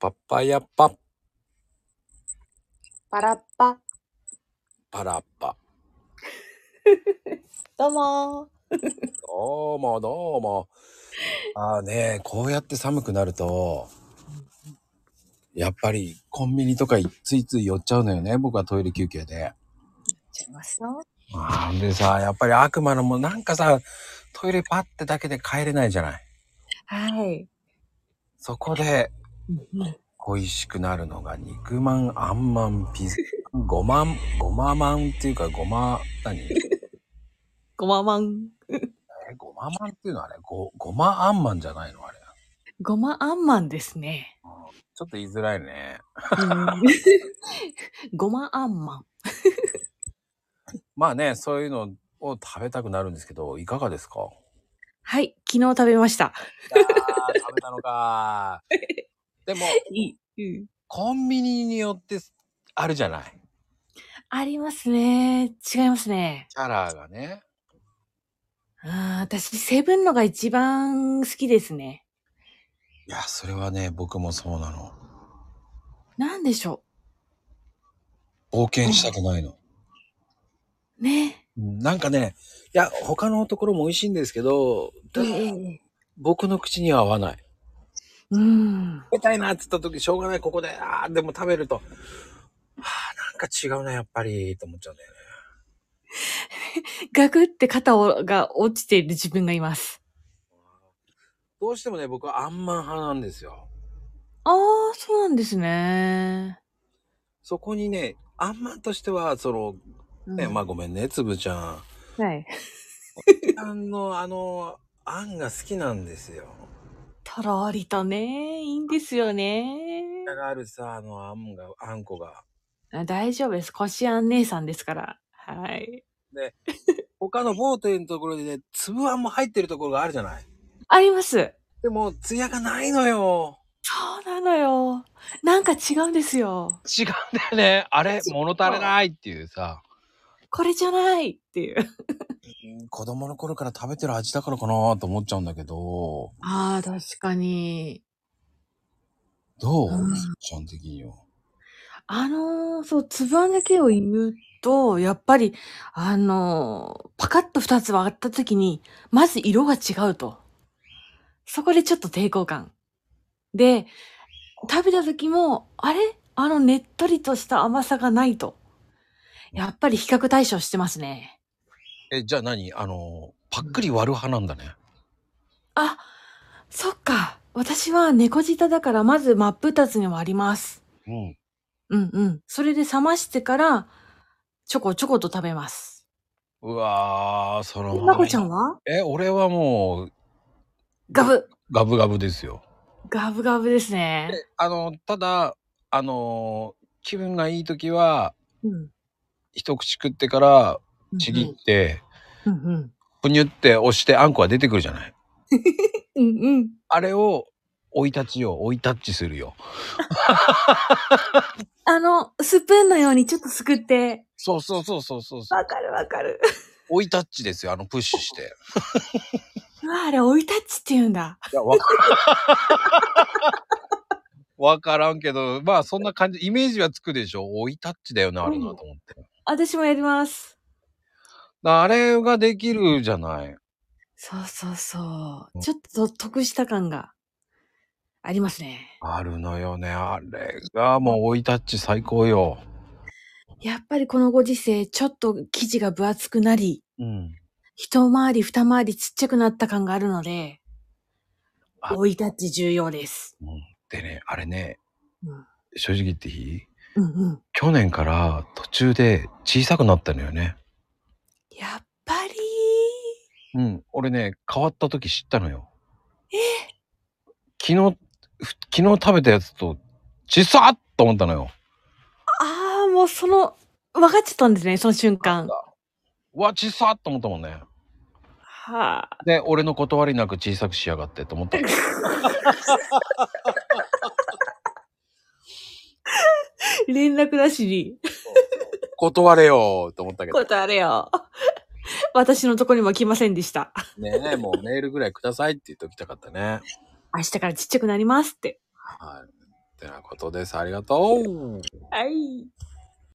パッパヤパッパラッパ。パラッパ。どうもどうもどうも。ああね、こうやって寒くなると、やっぱりコンビニとかついつい寄っちゃうのよね。僕はトイレ休憩で。ちゃいますのあーでさ、やっぱり悪魔のもなんかさ、トイレパってだけで帰れないじゃない。はい。そこでうん恋しくなるのが肉まん、あんまん、ピザ、ごまん、ごままんっていうかごま、何ごままん。え、ごままんっていうのはあれご、ごまあんまんじゃないのあれ。ごまあんまんですね。ちょっと言いづらいね。 ごまあんまん。まあね、そういうのを食べたくなるんですけど、いかがですかはい。昨日食べました。ああ、 食べたのか。でも、いい。うんコンビニによってあるじゃない。ありますね。違いますね。キャラがね。あー私、セブンのが一番好きですね。いや、それはね、僕もそうなの。なんでしょ冒険したくないの。う。ね。うんなんかね、いや、他のところも美味しいんですけど、ただえ僕の口には合わない。うん。食べたいなっつった時、しょうがない、ここで、ああ、でも食べると、はあ、なんか違うな、やっぱり、と思っちゃうんだよね。ガクって肩をが落ちている自分がいます。どうしてもね、僕はアンマン派なんですよ。ああ、そうなんですね。そこにね、アンマンとしては、その、ね、うんまあごめんね、つぶちゃん。はい。あの、あの、あんが好きなんですよ。とろりとね、いいんですよね。があるさ、あの、あんが、あんこが。あ大丈夫です。こしあん姉さんですから。はい。他の某店のところでね、粒あんも入ってるところがあるじゃない。あります。でも、ツヤがないのよ。そうなのよ。なんか違うんですよ。違うんだよね。あれそう物足りないっていうさ。これじゃないっていう。子供の頃から食べてる味だからかなと思っちゃうんだけど、ああ、確かに。どう、うんつぶちゃん的には。あのーそう、つぶあんだけを言うと、やっぱり、あのーパカッと二つ割った時に、まず色が違うと。そこでちょっと抵抗感。で、食べた時も、あれあのねっとりとした甘さがないと。やっぱり比較対象してますね。え、じゃあ何あの、パックリ割る派なんだね。あ、そっか。私は猫舌だから、まず真っ二つに割ります。うん。うんうん。それで冷ましてから、ちょこちょこと食べます。うわー、そのまこちゃんはえ、俺はもう、ガブ。ガブガブですよ。ガブガブですね。あの、ただ、あのー気分がいい時は、うん。一口食ってから、ちぎって、うんうん。ぷにゅって押して、あんこが出てくるじゃない。うんうん。あれを、追い立ちよう、追いタッチするよ。あの、スプーンのようにちょっとすくって。そうそうそうそうそうそう。わかるわかる。追いタッチですよ、あの、プッシュして。うわ、 あれ、追いタッチって言うんだ。いや、わからん。わからんけど、まあ、そんな感じ、イメージはつくでしょ。追いタッチだよな、あれなと思って。私もやります。あれができるじゃない。そうそうそう。ちょっと得した感がありますね。あるのよね。あれがもう追いタッチ最高よ。やっぱりこのご時世、ちょっと生地が分厚くなり、うん。一回り二回りちっちゃくなった感があるので、あ追いタッチ重要です。でね、あれね、うん。正直言っていいうんうん。去年から途中で小さくなったのよね。やっぱりうん。俺ね、変わった時知ったのよ。え昨日、ふ昨日食べたやつと、小さっと思ったのよ。ああ、もうその、分かっちゃったんですね、その瞬間。はうわ、小さっと思ったもんね。あ。で、俺の断りなく小さくしやがってと思った。 連絡なしに、断れよーと思ったけどこ。とあれよ。 私のとこにも来ませんでした。ねえ、もうメールぐらいくださいって言っておきたかったね。明日からちっちゃくなりますって。はい。てなことです。ありがとう。はい。